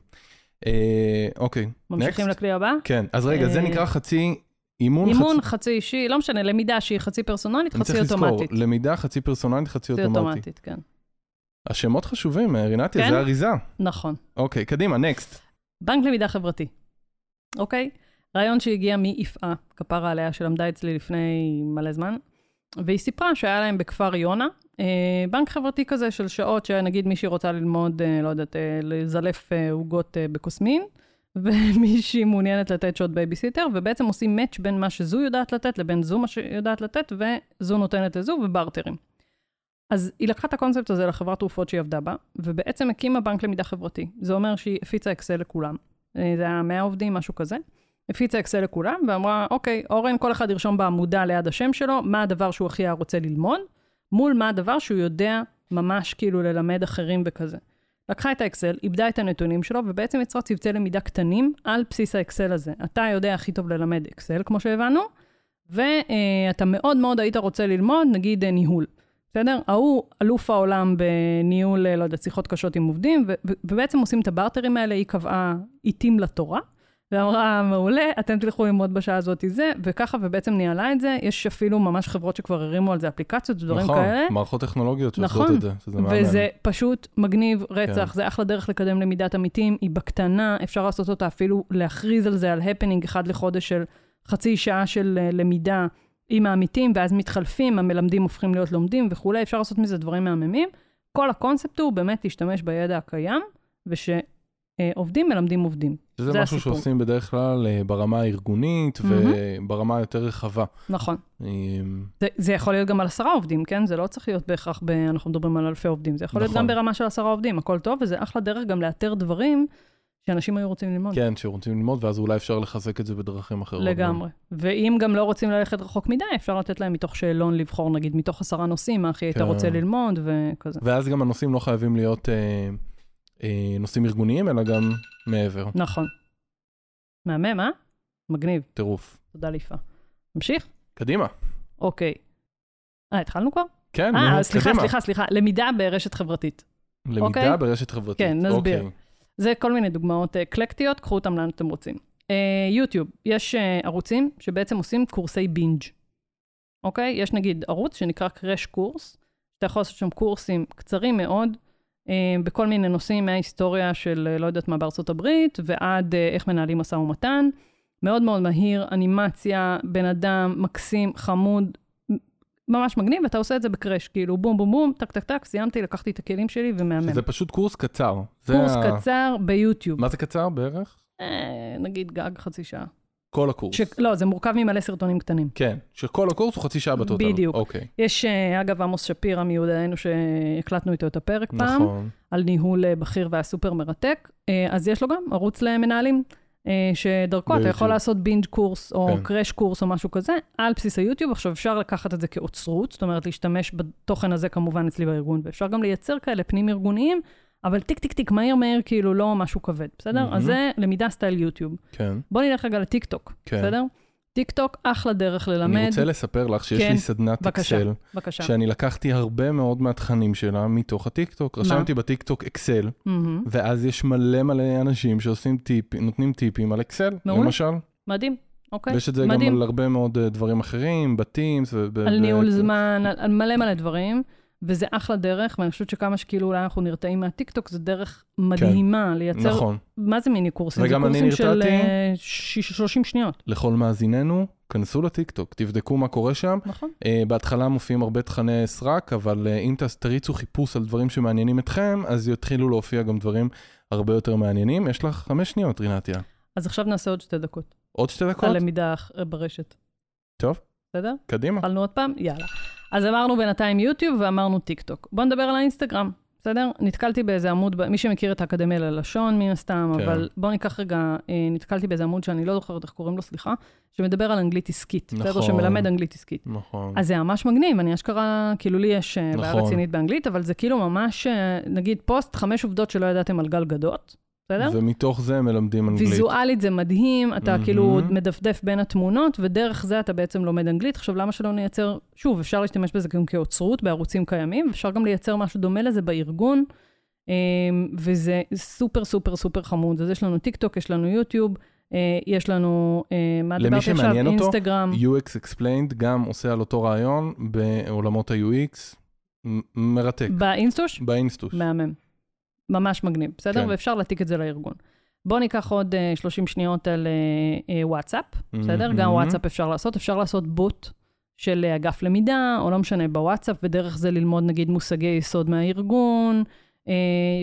אה, אוקיי, ממשיכים Next. לכלי הבא? כן, אז רגע, זה אה, נקרא חצי אימון, אימון חצי... חצי אישי, לא משנה, למידה שהיא חצי פרסונלית, אני חצי צריך לזכור, אוטומטית. למידה חצי פרסונלית, חצי חצי אוטומטי. אוטומטית, כן. השמות חשובים, אה, רינתי, כן? זה אריזה. נכון. אוקיי, קדימה, נקסט. בנק למידה חברתי, אוקיי? רעיון שהגיע מיפעה, כפרה עליה, שלמדה אצלי לפני מלא זמן, והיא סיפרה שהיה להם בכפר יונה, אה, בנק חברתי כזה של שעות, שנגיד מישהי רוצה ללמוד, אה, לא יודעת, אה, לזלף אה, עוגות אה, בקוסמין, ומישהי מעוניינת לתת שעות בייביסיטר, ובעצם עושים מאץ' בין מה שזו יודעת לתת לבין זו מה שיודעת לתת, וזו נותנת לזו וברטרים. אז היא לקחה את הקונספט הזה לחברת תרופות שהיא עבדה בה, ובעצם הקימה בנק למידה חברתי. זה אומר שהיא הפיצה אקסל לכולם. אה, זה היה 100 עובדים, משהו כזה. הפיצה אקסל לכולם, ואמרה, אוקיי, אורן, כל אחד ירשום בעמודה ליד השם שלו, מה הדבר שהוא הכי היה רוצה ללמוד, מול מה הדבר שהוא יודע ממש כאילו ללמד אחרים וכזה. לקחה את האקסל, איבדה את הנתונים שלו, ובעצם יצרה צוותי למידה קטנים על בסיס האקסל הזה. אתה יודע הכי טוב ללמד אקסל, כמו שהבנו, ואתה מאוד מאוד היית רוצה ללמוד, נגיד אה, ניהול. בסדר? ההוא אלוף העולם בניהול, אה, לא יודעת, שיחות קשות עם עובדים, ו- ו- ובעצם עושים את הברטרים האלה, היא קבעה עיתים לתורה, ואמרה, מעולה, אתם תלכו ללמוד בשעה הזאת זה, וככה, ובעצם ניהלה את זה. יש אפילו ממש חברות שכבר הרימו על זה אפליקציות ודברים נכון, כאלה. מערכות טכנולוגיות שעושות נכון, את זה, שזה מהמם. וזה פשוט מגניב רצח, כן. כן. זה אחלה דרך לקדם למידת עמיתים, היא בקטנה, אפשר לעשות אותה אפילו, להכריז על זה, על הפנינג אחד לחודש של חצי שעה של אה, למידה עם העמיתים, ואז מתחלפים, המלמדים הופכים להיות לומדים וכולי, אפשר לעשות מזה דברים מהממים. כל הקונספט הוא באמת להשתמש בידע הקיים, ושעובדים מלמדים עובדים. שזה זה משהו הסיפור. שעושים בדרך כלל אה, ברמה הארגונית מהמם. וברמה היותר רחבה. נכון. אה, זה, זה יכול להיות גם על עשרה עובדים, כן? זה לא צריך להיות בהכרח, ב... אנחנו מדברים על אלפי עובדים, זה יכול נכון. נכון. להיות גם ברמה של עשרה עובדים, הכל טוב, וזה אחלה דרך גם לאתר דברים שאנשים היו רוצים ללמוד. כן, שרוצים ללמוד, ואז אולי אפשר לחזק את זה בדרכים אחרות. לגמרי. ואם גם לא רוצים ללכת רחוק מדי, אפשר לתת להם מתוך שאלון לבחור, נגיד, מתוך עשרה נושאים, מה הכי היית כן. רוצה ללמוד וכזה. ואז גם הנושאים לא חייבים להיות אה, אה, נושאים ארגוניים, אלא גם מעבר. נכון. מהמם, אה? מגניב. טירוף. תודה ליפה. נמשיך? קדימה. אוקיי. אה, התחלנו כבר? כן, נו, אה, סליחה, קדימה. סליחה, סליחה. למידה ברשת חברתית. למידה אוקיי. ברשת חברתית. כן, נסביר. אוקיי. זה כל מיני דוגמאות אה, אקלקטיות, קחו אותן לאן שאתם רוצים. אה, יוטיוב, יש אה, ערוצים שבעצם עושים קורסי בינג', אוקיי? יש נגיד ערוץ שנקרא קרש קורס, אתה יכול לעשות שם קורסים קצרים מאוד, אה, בכל מיני נושאים מההיסטוריה של אה, לא יודעת מה בארצות הברית, ועד אה, איך מנהלים משא ומתן. מאוד מאוד מהיר, אנימציה, בן אדם מקסים, חמוד, מ- ממש מגניב, ואתה עושה את זה בקרש, כאילו בום בום בום, טק טק טק, סיימתי, לקחתי את הכלים שלי ומאמן. שזה פשוט קורס קצר. זה קורס ה- קצר ביוטיוב. מה זה קצר בערך? אה, נגיד גג חצי שעה. כל הקורס. ש... לא, זה מורכב ממלא סרטונים קטנים. כן, שכל הקורס הוא חצי שעה בטוטל. בדיוק. אוקיי. יש, אה, אגב, עמוס שפירא מיודענו שהקלטנו איתו את הפרק פעם, נכון. על ניהול אה, בכיר והסופר מרתק, אה, אז יש לו גם ערוץ למנהלים, אה, שדרכו אתה ביוטיוב. יכול לעשות בינג' קורס או כן. קראש קורס או משהו כזה, על בסיס היוטיוב. עכשיו, אפשר לקחת את זה כאוצרות, זאת אומרת, להשתמש בתוכן הזה כמובן אצלי בארגון, ואפשר גם לייצר כאלה פנים-ארגוניים, אבל טיק טיק טיק, מהיר מהיר, כאילו לא משהו כבד, בסדר? מהמם. אז זה למידה סטייל יוטיוב. כן, בוא נלך רגע לטיקטוק, כן. בסדר? טיקטוק, אחלה דרך ללמד. אני רוצה לספר לך שיש כן, לי סדנת בבקשה. אקסל, בבקשה. שאני לקחתי הרבה מאוד מהתכנים שלה מתוך הטיקטוק. רשמתי בטיקטוק אקסל, מהמם. ואז יש מלא מלא אנשים שעושים טיפים, נותנים טיפים על אקסל, מעולה. למשל. מדהים, אוקיי. ויש את זה מדהים. גם על הרבה מאוד אה, דברים אחרים, בתים. זה ב- על ב- כן. ניהול זמן, על, על מלא מלא דברים, וזה אחלה דרך, ואני חושבת שכמה שכאילו אולי אנחנו נרתעים מהטיקטוק, זה דרך מדהימה לייצר... נכון. מה זה מיני קורסים? וגם זה אני קורסים של נרתעתי. אה, ש- 30 שניות, לכל מאזיננו, כנסו לטיקטוק, תבדקו מה קורה שם. נכון? Uh, בהתחלה מופיעים הרבה תכני סרק, אבל uh, אם תס- תריצו חיפוש על דברים שמעניינים אתכם, אז יתחילו להופיע גם דברים הרבה יותר מעניינים. יש לך חמש שניות, רינתיה. אז עכשיו נעשה עוד שתי דקות. עוד שתי דקות? על למידה אה, ברשת. טוב. בסדר? קדימה. התחלנו עוד פעם? יאללה. אז אמרנו בינתיים יוטיוב ואמרנו טיק טוק. בוא נדבר על האינסטגרם, בסדר? נתקלתי באיזה עמוד, ב- מי שמכיר את האקדמיה ללשון מן הסתם, כן. אבל בוא ניקח רגע, אה, נתקלתי באיזה עמוד שאני לא זוכרת איך קוראים לו, סליחה, שמדבר על אנגלית עסקית. בסדר? נכון. שמלמד אנגלית עסקית. נכון. אז זה ממש מגניב, אני אשכרה, כאילו לי יש נכון. בעיה נכון. אה, רצינית באנגלית, אבל זה כאילו ממש, אה, נגיד פוסט, חמש עובדות שלא ידעתם על גל גדות, בסדר? ומתוך זה הם מלמדים אנגלית. ויזואלית זה מדהים, אתה מהמם. כאילו מדפדף בין התמונות, ודרך זה אתה בעצם לומד אנגלית. עכשיו, למה שלא נייצר, שוב, אפשר להשתמש בזה גם כאוצרות בערוצים קיימים, אפשר גם לייצר משהו דומה לזה בארגון, אה, וזה סופר סופר סופר חמוד. אז יש לנו טיק טוק, יש לנו יוטיוב, אה, יש לנו, אה, מה למי דיברתי עכשיו? שמעניין אותו, אינסטגרם. UX Explained גם עושה על אותו רעיון בעולמות ה-UX, מ- מרתק, באינסטוש? באינסטוש. מהמם. ממש מגניב, בסדר? כן. ואפשר להעתיק את זה לארגון. בואו ניקח עוד אה, 30 שניות על אה, אה, וואטסאפ. בסדר? גם מהמם. וואטסאפ אפשר לעשות, אפשר לעשות בוט של אה, אגף למידה, או לא משנה, בוואטסאפ, ודרך זה ללמוד נגיד מושגי יסוד מהארגון, אה,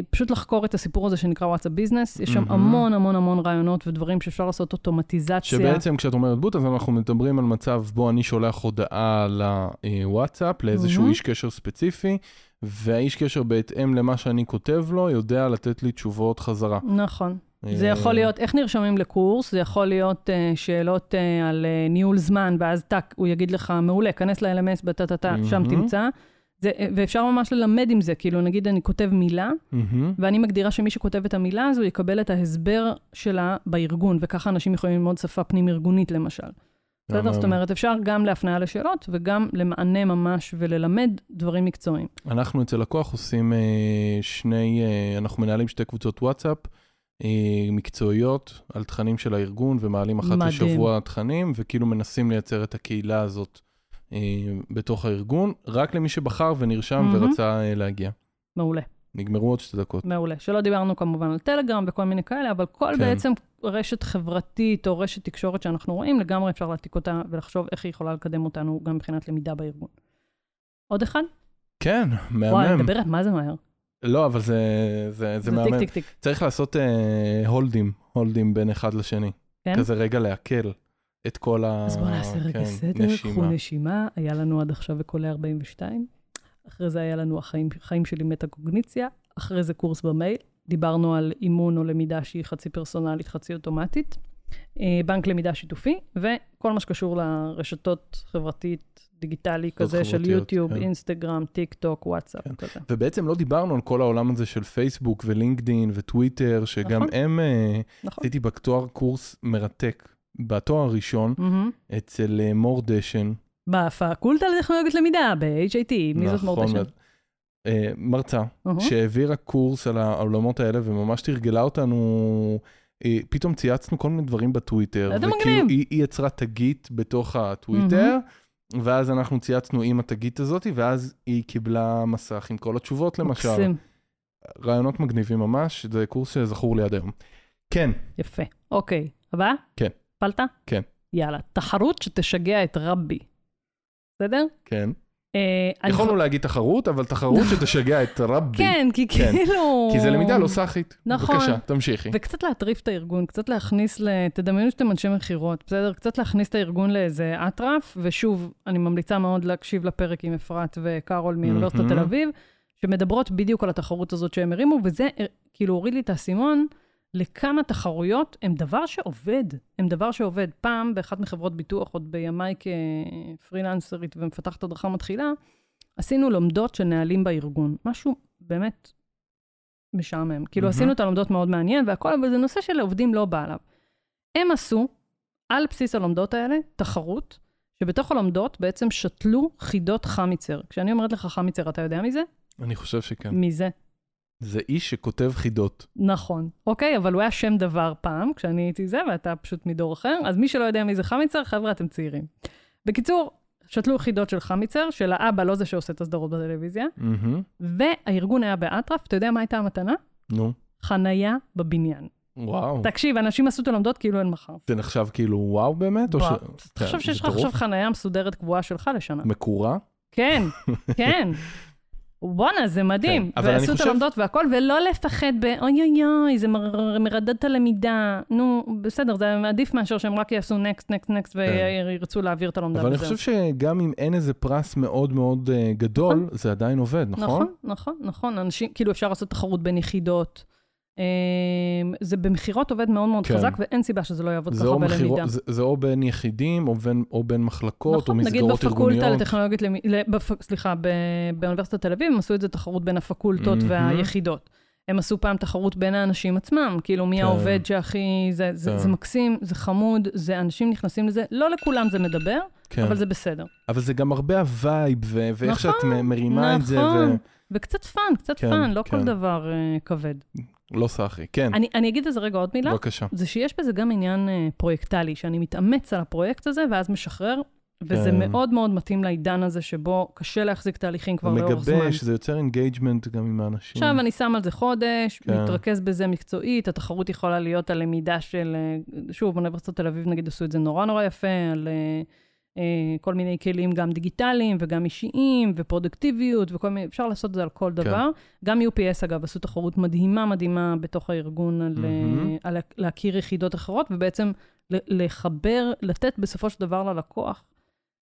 פשוט לחקור את הסיפור הזה שנקרא וואטסאפ ביזנס. יש שם מהמם. המון המון המון רעיונות ודברים שאפשר לעשות אוטומטיזציה. שבעצם כשאת אומרת בוט, אז אנחנו מדברים על מצב בו אני שולח הודעה לוואטסאפ לאיזשהו מהמם. איש קשר ספציפי, והאיש קשר בהתאם למה שאני כותב לו, יודע לתת לי תשובות חזרה. נכון. זה אה, יכול להיות, איך נרשמים לקורס? זה יכול להיות אה, שאלות אה, על אה, ניהול זמן, ואז טאק, הוא יגיד לך, מעולה, כנס ל-LMS, בטה-טה-טה, שם מהמם. תמצא. זה, אה, ואפשר ממש ללמד עם זה, כאילו, נגיד אני כותב מילה, מהמם. ואני מגדירה שמי שכותב את המילה הזו יקבל את ההסבר שלה בארגון, וככה אנשים יכולים ללמוד שפה פנים-ארגונית למשל. בסדר? מהמם. זאת אומרת, אפשר גם להפניה לשאלות וגם למענה ממש וללמד דברים מקצועיים. אנחנו אצל לקוח עושים אה, שני, אה, אנחנו מנהלים שתי קבוצות וואטסאפ אה, מקצועיות על תכנים של הארגון, ומעלים אחת מדהים. לשבוע תכנים, וכאילו מנסים לייצר את הקהילה הזאת אה, בתוך הארגון, רק למי שבחר ונרשם מהמם. ורצה אה, להגיע. מעולה, נגמרו עוד שתי דקות. מעולה. שלא דיברנו כמובן על טלגרם וכל מיני כאלה, אבל כל כן. בעצם רשת חברתית או רשת תקשורת שאנחנו רואים, לגמרי אפשר להעתיק אותה ולחשוב איך היא יכולה לקדם אותנו גם מבחינת למידה בארגון. עוד אחד? כן, וואי, אני מהמם. מדברת, מה זה מהר? לא, אבל זה, זה, זה מהמם. טיק, טיק, טיק. צריך לעשות אה, הולדים, הולדים בין אחד לשני. כן? כזה רגע להקל את כל ה... אז בואו נעשה רגע כן, סדר, קחו נשימה. נשימה, היה לנו עד עכשיו וקולה 42, אחרי זה היה לנו החיים חיים שלי מטה-קוגניציה, אחרי זה קורס במייל, דיברנו על אימון או למידה שהיא חצי פרסונלית, חצי אוטומטית, אה, בנק למידה שיתופי, וכל מה שקשור לרשתות חברתית, דיגיטלי כזה של חברתיות, יוטיוב, כן. אינסטגרם, טיק טוק, וואטסאפ, כן. כזה. ובעצם לא דיברנו על כל העולם הזה של פייסבוק ולינקדין וטוויטר, שגם נכון. הם, אה, נכון. עשיתי בתואר קורס מרתק, בתואר הראשון, מהמם. אצל אה, מור דשן. בפקולטה לטכנולוגיות למידה, ב-HIT, מי זאת נכון, מורדשן? אה, מרצה, אהה. שהעבירה קורס על העולמות האלה וממש תרגלה אותנו. אה, פתאום צייצנו כל מיני דברים בטוויטר, איזה וכאילו מגניב. היא, היא יצרה תגית בתוך הטוויטר, Mm-hmm. ואז אנחנו צייצנו עם התגית הזאת, ואז היא קיבלה מסך עם כל התשובות למשל. מקסים. רעיונות מגניבים ממש, זה קורס שזכור לי עד היום. כן, יפה. אוקיי, הבא? כן. הפלת? כן. יאללה, תחרות שתשגע את רבי. בסדר? כן. אה, אני יכולנו חו- להגיד תחרות, אבל תחרות שתשגע את רבי. כן, כי כן. כאילו... כי זה למידה לא סאחית. נכון. בבקשה, תמשיכי. וקצת להטריף את הארגון, קצת להכניס ל... תדמיינו שאתם אנשי מכירות, בסדר? קצת להכניס את הארגון לאיזה אטרף, ושוב, אני ממליצה מאוד להקשיב לפרק עם אפרת וקארול מאוניברסיטת מהמם. תל אביב, שמדברות בדיוק על התחרות הזאת שהם הרימו, וזה אה, כאילו הוריד לי את האסימון לכמה תחרויות הם דבר שעובד, הם דבר שעובד. פעם, באחת מחברות ביטוח, עוד בימיי כפרילנסרית ומפתחת הדרכה מתחילה, עשינו לומדות של נהלים בארגון. משהו באמת משעמם. כאילו, מהמם. עשינו את הלומדות מאוד מעניין והכל, אבל זה נושא שלעובדים לא בא עליו. הם עשו, על בסיס הלומדות האלה, תחרות, שבתוך הלומדות בעצם שתלו חידות חמיצר. כשאני אומרת לך חמיצר, אתה יודע מי זה? אני חושב שכן. מי זה? זה איש שכותב חידות. נכון. אוקיי, אבל הוא היה שם דבר פעם, כשאני הייתי זה, ואתה פשוט מדור אחר. אז מי שלא יודע מי זה חמיצר, חבר'ה, אתם צעירים. בקיצור, שתלו חידות של חמיצר, של האבא, לא זה שעושה את הסדרות בטלוויזיה, מהמם. והארגון היה באטרף, אתה יודע מה הייתה המתנה? נו, חנייה בבניין. וואו. תקשיב, אנשים עשו את הלומדות כאילו אין מחר. זה נחשב כאילו וואו באמת? או וואו, ש- כן, תחשוב זה שיש לך טירוף. עכשיו חנייה מסודרת קבועה שלך לשנה. מקורה? כן, כן. בואנה, זה מדהים. כן, אבל אני ועשו את חושב- הלומדות והכל, ולא לפחד ב... אוי אוי אוי, זה מר- מרדד את הלמידה. נו, בסדר, זה עדיף מאשר שהם רק יעשו נקסט, נקסט, נקסט, וירצו להעביר את הלומדה. כן. אבל אני וזהו. חושב שגם אם אין איזה פרס מאוד מאוד אה, גדול, זה עדיין עובד, נכון? נכון, נכון, נכון. אנשים, כאילו אפשר לעשות תחרות בין יחידות. אמ, זה במכירות עובד מאוד מאוד כן. חזק, ואין סיבה שזה לא יעבוד זה ככה או מכירו- בלמידה. זה- זה או בין יחידים, או בין- או בין מחלקות, או נכון, נגיד מסגרות ארגוניות. בפקולטה לטכנולוגיות, למ... בפ... סליחה, ב... באוניברסיטת תל אביב, הם עשו את זה תחרות בין הפקולטות מהמם. והיחידות. הם עשו פעם תחרות בין האנשים עצמם, כאילו מי כן. העובד שהכי... זה, זה, כן. זה מקסים, זה חמוד, זה אנשים נכנסים לזה, לא לכולם זה מדבר, כן. אבל זה בסדר. אבל זה גם הרבה הווייב, ו- ואיך נכון, שאת מ- מרימה את זה, נכון, וקצת פאן, קצת כן, פאן, לא כן. כל דבר אה, כבד. ולא סאחי. כן, אני, אני אגיד איזה רגע עוד מילה, בבקשה. זה שיש בזה גם עניין אה, פרויקטלי, שאני מתאמץ על הפרויקט הזה ואז משחרר, וזה כן. מאוד מאוד מתאים לעידן הזה שבו קשה להחזיק תהליכים כבר זה לאורך זמן. מגבש, זה יוצר אינגייג'מנט גם עם האנשים. עכשיו אני שם על זה חודש, כן. מתרכז בזה מקצועית, התחרות יכולה להיות על למידה של, אה, שוב, באוניברסיטת תל אביב נגיד עשו את זה נורא נורא יפה, על אה, אה, כל מיני כלים גם דיגיטליים וגם אישיים ופרודקטיביות וכל מיני, אפשר לעשות את זה על כל כן. דבר. גם UPS אגב עשו תחרות מדהימה מדהימה בתוך הארגון על, מהמם. mm-hmm. על לה- להכיר יחידות אחרות ובעצם ל- לחבר, לתת בסופו של דבר ללקוח.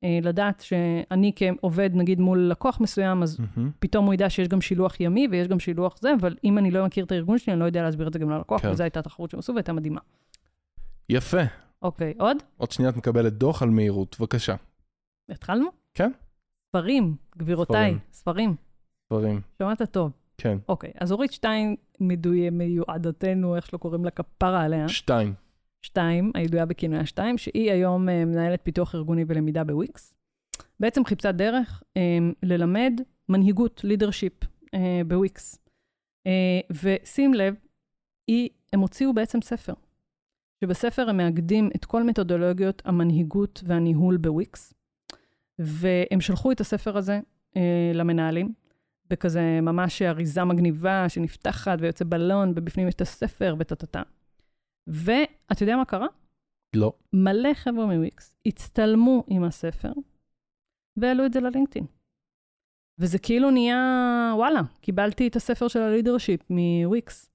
אה, לדעת שאני כעובד, נגיד, מול לקוח מסוים, אז מהמם. פתאום הוא ידע שיש גם שילוח ימי ויש גם שילוח זה, אבל אם אני לא מכיר את הארגון שלי, אני לא יודע להסביר את זה גם ללקוח, כן. וזו הייתה התחרות שהם עשו והייתה מדהימה. יפה. אוקיי, עוד? עוד שנייה את מקבלת דוח על מהירות, בבקשה. התחלנו? כן. ספרים, גבירותיי, ספרים. ספרים. דברים. שמעת טוב. כן. אוקיי, אז אורית שטיין, מדוי- מיועדתנו, איך שלא קוראים לה, כפרה עליה. שתיים. שתיים, הידועה בכינויה שתיים, שהיא היום אה, מנהלת פיתוח ארגוני ולמידה בוויקס. בעצם חיפשה דרך אה, ללמד מנהיגות, לידרשיפ, אה, בוויקס. אה, ושים לב, היא, הם הוציאו בעצם ספר, שבספר הם מאגדים את כל מתודולוגיות המנהיגות והניהול בוויקס, והם שלחו את הספר הזה אה, למנהלים. בכזה ממש אריזה מגניבה שנפתחת ויוצא בלון, ובפנים יש את הספר וטה-טה-טה. ואתה יודע מה קרה? לא. מלא חבר'ה מוויקס הצטלמו עם הספר והעלו את זה ללינקדאין. וזה כאילו נהיה, וואלה, קיבלתי את הספר של הלידרשיפ מוויקס.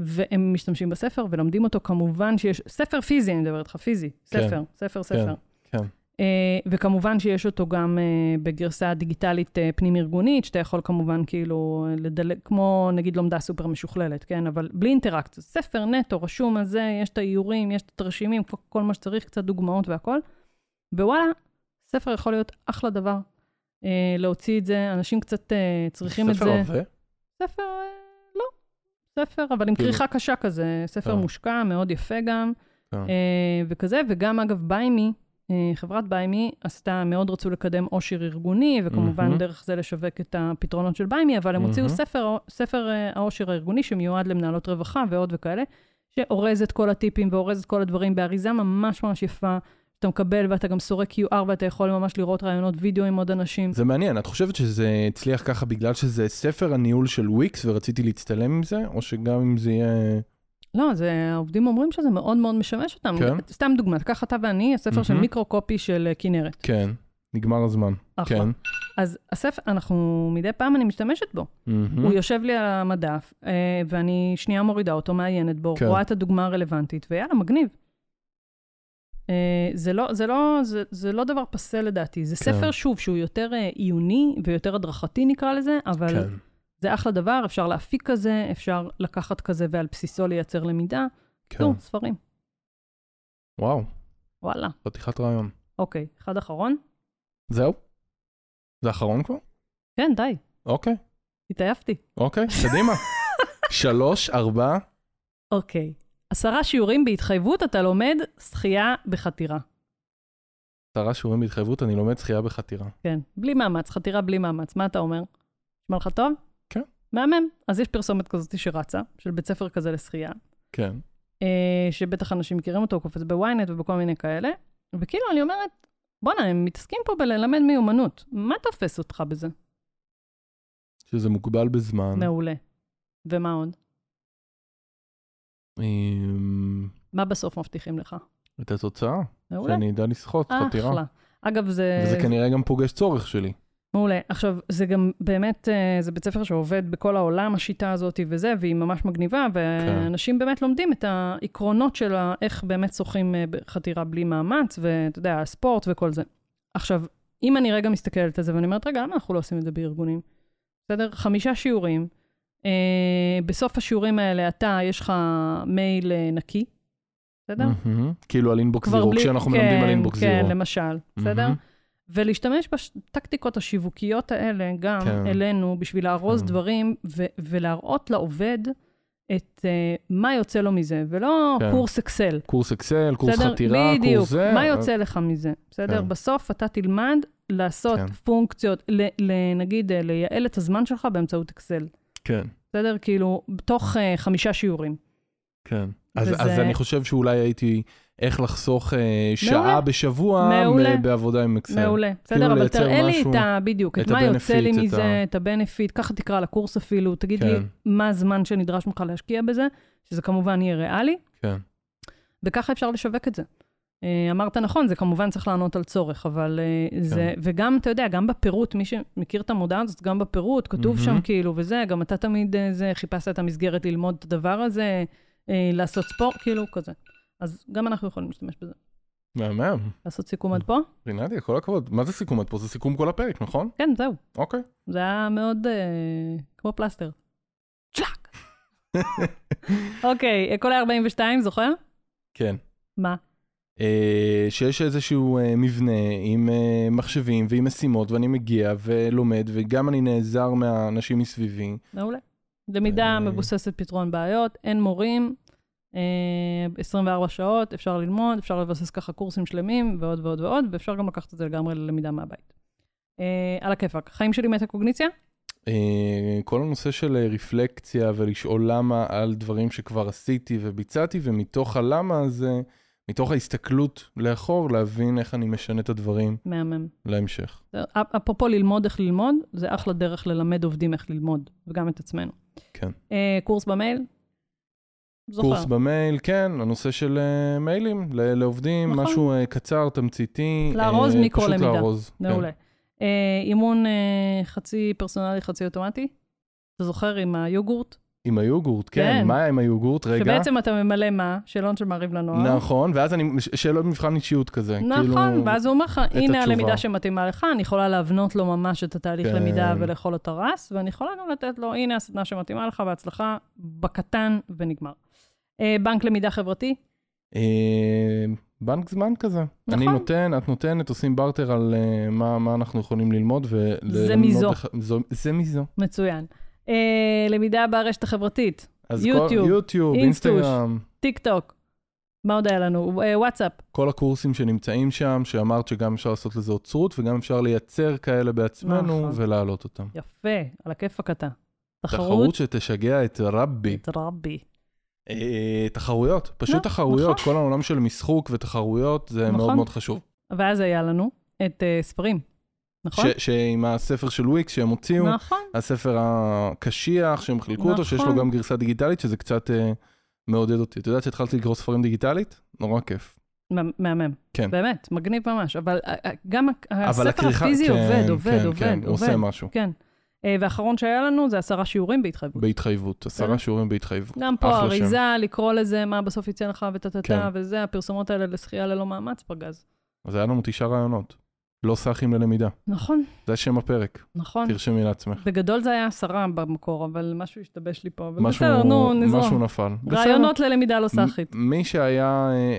והם משתמשים בספר ולומדים אותו, כמובן שיש, ספר פיזי, אני מדברת איתך, פיזי, כן. ספר, ספר, ספר. כן. אה, וכמובן שיש אותו גם אה, בגרסה דיגיטלית אה, פנים-ארגונית, שאתה יכול כמובן כאילו אה, לדלג, כמו נגיד לומדה סופר משוכללת, כן? אבל בלי אינטראקציה. ספר נטו, רשום על זה, יש את האיורים, יש את התרשימים, כל, כל מה שצריך, קצת דוגמאות והכל. ווואלה, ספר יכול להיות אחלה דבר. אה, להוציא את זה, אנשים קצת אה, צריכים את זה. ספר לא עבה? ספר, אה, לא. ספר, אבל עם כאילו- כריכה קשה כזה, ספר אה. מושקע, מאוד יפה גם, אה. אה, וכזה, וגם אגב ביימי, אה, חברת ביימי עשתה, מאוד רצו לקדם עושר ארגוני, מהמם. וכמובן דרך זה לשווק את הפתרונות של ביימי, אבל הם הוציאו מהמם. ספר, ספר אה, העושר הארגוני שמיועד למנהלות רווחה ועוד וכאלה, שאורז את כל הטיפים ואורז את כל הדברים באריזה ממש ממש יפה. אתה מקבל ואתה גם סורק QR ואתה יכול ממש לראות רעיונות וידאו עם עוד אנשים. זה מעניין, את חושבת שזה הצליח ככה בגלל שזה ספר הניהול של וויקס ורציתי להצטלם עם זה, או שגם אם זה יהיה... לא, זה, העובדים אומרים שזה מאוד מאוד משמש אותם. כן. סתם דוגמא, קח אתה ואני, הספר של מהמם. מיקרו קופי של אה, כנרת. כן, נגמר הזמן. אחלה. כן. אז הספר, אנחנו, מדי פעם אני משתמשת בו. מהמם. הוא יושב לי על המדף, אה, ואני שנייה מורידה אותו, מעיינת בו, כן. רואה את הדוגמה הרלוונטית, ויאללה, מגניב. אה, זה לא, זה, לא, זה, זה לא דבר פסה לדעתי. זה כן. ספר, שוב, שהוא יותר אה, עיוני ויותר הדרכתי נקרא לזה, אבל כן. זה אחלה דבר, אפשר להפיק כזה, אפשר לקחת כזה ועל בסיסו לייצר למידה. כן. נו, ספרים, וואו, וואלה. חתיכת רעיון. אוקיי, אחד אחרון? זהו? זה האחרון כבר? כן, די, אוקיי, התעייפתי. אוקיי, קדימה. שלוש, ארבע, אוקיי. עשרה שיעורים בהתחייבות, אתה לומד שחייה בחתירה. עשרה שיעורים בהתחייבות, אני לומד שחייה בחתירה. כן, בלי מאמץ, חתירה בלי מאמץ. מה אתה אומר? נשמע לך טוב? כן. מהמם. אז יש פרסומת כזאת שרצה, של בית ספר כזה לשחייה, כן. אה, שבטח אנשים מכירים אותו, הוא קופץ בוויינט ובכל מיני כאלה, וכאילו, אני אומרת, בואנה, הם מתעסקים פה בללמד מיומנות. מה תופס אותך בזה? שזה מוגבל בזמן. מעולה. ומה עוד? אמ, מה בסוף מבטיחים לך? את התוצאה, מעולה. שאני אדע לשחות חתירה. אחלה. אה, אגב, זה... וזה כנראה גם פוגש צורך שלי. מעולה. עכשיו, זה גם באמת, אה, זה בית ספר שעובד בכל העולם, השיטה הזאת וזה, והיא ממש מגניבה, ואנשים באמת לומדים את העקרונות של ה- איך באמת שוחים אה, בחתירה בלי מאמץ, ואתה יודע, הספורט וכל זה. עכשיו, אם אני רגע מסתכלת על זה ואני אומרת, רגע, למה אנחנו לא עושים את זה בארגונים? בסדר? חמישה שיעורים. אה, בסוף השיעורים האלה, אתה, יש לך מייל אה, נקי, בסדר? מהמם. כאילו על אינבוקס כבר זירו, בלי- כשאנחנו מלמדים על כן, אינבוקס Mm-hmm. כן, זירו. למשל, בסדר? מהמם. ולהשתמש בטקטיקות השיווקיות האלה גם כן. אלינו, בשביל לארוז כן. דברים ו- ולהראות לעובד את אה, מה יוצא לו מזה, ולא כן. קורס אקסל. קורס אקסל, קורס חתירה, בדיוק. קורס זה. מה יוצא לך מזה, בסדר? כן. בסוף אתה תלמד לעשות כן. פונקציות, ל- ל- נגיד אה, לייעל את הזמן שלך באמצעות אקסל, כן, בסדר? כאילו, בתוך אה, חמישה שיעורים. כן. אז, וזה- אז אני חושב שאולי הייתי איך לחסוך אה, שעה מעולה. בשבוע מעולה. מ- בעבודה עם אקסל. מעולה. כאילו בסדר, אבל לייצר תראה לי משהו- את ה... בדיוק, את את מה יוצא לי ה-benefit, את מזה, ה- את ה-benefit, ככה תקרא לקורס אפילו, תגיד לי כן. מה הזמן שנדרש ממך להשקיע בזה, שזה כמובן יהיה ריאלי, כן, וככה אפשר לשווק את זה. אה, אמרת נכון, זה כמובן צריך לענות על צורך, אבל אה, זה, כן. וגם, אתה יודע, גם בפירוט, מי שמכיר את המודעה הזאת, גם בפירוט, כתוב שם מהמם. כאילו, וזה, גם אתה תמיד אה, זה, חיפשת את המסגרת ללמוד את הדבר הזה, אה, לעשות ספורט, כאילו, כזה. אז גם אנחנו יכולים להשתמש בזה. מהמם. לעשות סיכום Mm. עד פה? רינדיה, כל הכבוד. מה זה סיכום עד פה? זה סיכום כל הפרק, נכון? כן, זהו. אוקיי. זה היה מאוד אה, כמו פלסטר. צ'לאק! אוקיי, כל ה-42, זוכר? כן. מה? אה, שיש איזשהו אה, מבנה עם אה, מחשבים ועם משימות, ואני מגיע ולומד, וגם אני נעזר מהאנשים מסביבי. מעולה. למידה אה. מבוססת פתרון בעיות, אין מורים, אה, 24 שעות, אפשר ללמוד, אפשר לבסס ככה קורסים שלמים ועוד ועוד ועוד, ואפשר גם לקחת את זה לגמרי ללמידה מהבית. אה, על הכיפאק. חיים שלי מתה קוגניציה? אה, כל הנושא של אה, רפלקציה ולשאול למה על דברים שכבר עשיתי וביצעתי, ומתוך הלמה הזה, מתוך ההסתכלות לאחור, להבין איך אני משנה את הדברים מהמם. להמשך. זה- אפ- אפרופו ללמוד איך ללמוד, זה אחלה דרך ללמד עובדים איך ללמוד, וגם את עצמנו. כן. אה, קורס במייל? זוכר. קורס במייל, כן, הנושא של אה, מיילים ל- לעובדים, נכון. משהו אה, קצר, תמציתי. לארוז אה, מיקרו-למידה. פשוט לארוז. כן. מעולה. אה, אימון אה, חצי פרסונלי, חצי אוטומטי. אתה זוכר עם היוגורט? עם היוגורט, כן. כן. מה היה עם היוגורט? רגע. שבעצם אתה ממלא מה? שאלון של מעריב לנוער. נכון, ואז אני, ש- שאלות מבחן אישיות כזה. נכון, כאילו, ואז הוא אומר לך, התשובה. הנה הלמידה שמתאימה לך, אני יכולה להבנות לו ממש את התהליך כן. למידה ולאכול את הרס, ואני יכולה גם לתת לו, הנה הסדנה שמתאימה לך, בהצלחה, בקטן, ונגמר. אה, בנק למידה חברתי, אה, בנק זמן כזה. נכון. אני נותן, את נותנת, עושים בארטר על אה, מה, מה אנחנו יכולים ללמוד. ול- זה ללמוד מזו. לך- זו- זה מזו. מצוין. אה, למידה ברשת החברתית, אז כל- יוטיוב, יוטיוב, אינסטוש. אינסטגרם, טיק טוק, מה עוד היה לנו? אה, וואטסאפ, כל הקורסים שנמצאים שם, שאמרת שגם אפשר לעשות לזה אוצרות, וגם אפשר לייצר כאלה בעצמנו נכון. ולהעלות אותם. יפה, על הכיפאק אתה. תחרות תחרות שתשגע את רבי. את רבי. אה, תחרויות, לא, פשוט תחרויות. נכון. כל העולם של משחוק ותחרויות זה מאוד נכון. מאוד חשוב. ואז היה לנו את אה, ספרים, נכון? ש- שעם הספר של וויקס שהם הוציאו, נכון. הספר הקשיח שהם חילקו אותו, שיש לו נכון. גם גרסה דיגיטלית, שזה קצת אה, מעודד אותי. את יודעת שהתחלתי לקרוא ספרים דיגיטלית? נורא כיף. מה- מהמם. כן. באמת, מגניב ממש. אבל אה, אה, גם ה- אבל הספר הכריכה- הפיזי כן, עובד, כן, עובד, כן, עובד, הוא עובד. עושה משהו. כן. אה, והאחרון שהיה לנו זה עשרה שיעורים בהתחייבות. בהתחייבות, עשרה בסדר. שיעורים בהתחייבות. גם פה אחלה שם. אריזה, לקרוא לזה מה בסוף יצא לך כן. וטה-טה-טה, וזה, הפרסומות האלה לשחייה ללא מאמץ, פגז. אז היה לנו תשעה רעיונות. לא סאחים ללמידה. נכון, זה שם הפרק, נכון. תרשמי לעצמך. בגדול זה היה עשרה במקור, אבל משהו השתבש לי פה. אבל משהו לא- בסדר, נו, משהו נזרום. נפל. בסדר. רעיונות ללמידה לא סאחית. מ- מי שהיה, אה,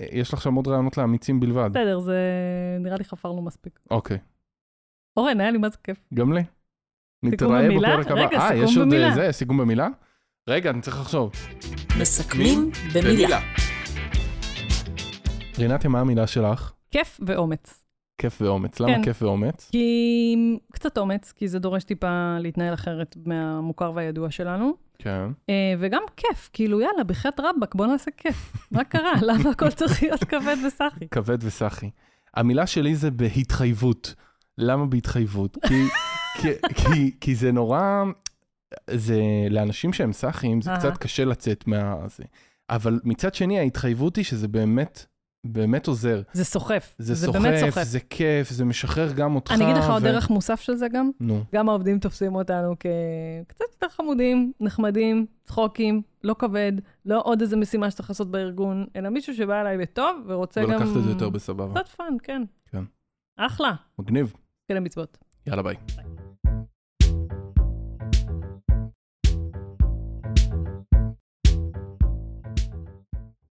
אה, יש לך שם עוד רעיונות לאמיצים בלבד. בסדר, זה נראה לי חפרנו מספיק. אוקיי, אורן, היה לי מה זה כיף. גם לי. סיכום נתראה במילה? בפרק הבא. רגע, אה, יש סיכום עוד אה, במילה. זה, סיכום במילה? רגע, אני צריך לחשוב. מסכמים במילה. רינתי, מה המילה שלך? כיף ואומץ. כיף ואומץ. למה כן. כיף ואומץ? כי קצת אומץ, כי זה דורש טיפה להתנהל אחרת מהמוכר והידוע שלנו. כן. אה, וגם כיף, כאילו יאללה, בחייאת רבאק, בוא נעשה כיף. מה קרה? למה הכל צריך להיות כבד וסחי? כבד וסחי. המילה שלי זה בהתחייבות. למה בהתחייבות? כי, כי, כי, כי זה נורא, זה לאנשים שהם סחים, זה אהה. קצת קשה לצאת מה... זה. אבל מצד שני, ההתחייבות היא שזה באמת, באמת עוזר. זה סוחף, זה, זה סוחף, באמת סוחף. זה כיף, זה משחרר גם אותך. אני אגיד לך עוד דרך מוסף של זה גם, נו, גם העובדים תופסים אותנו כקצת יותר חמודים, נחמדים, צחוקים, לא כבד, לא עוד איזה משימה שצריך לעשות בארגון, אלא מישהו שבא אליי בטוב ורוצה גם... ולקחת לא את זה יותר בסבבה. קצת פאן, כן. כן. אחלה, כן, מגניב. כאלה מצוות. יאללה, ביי. ביי.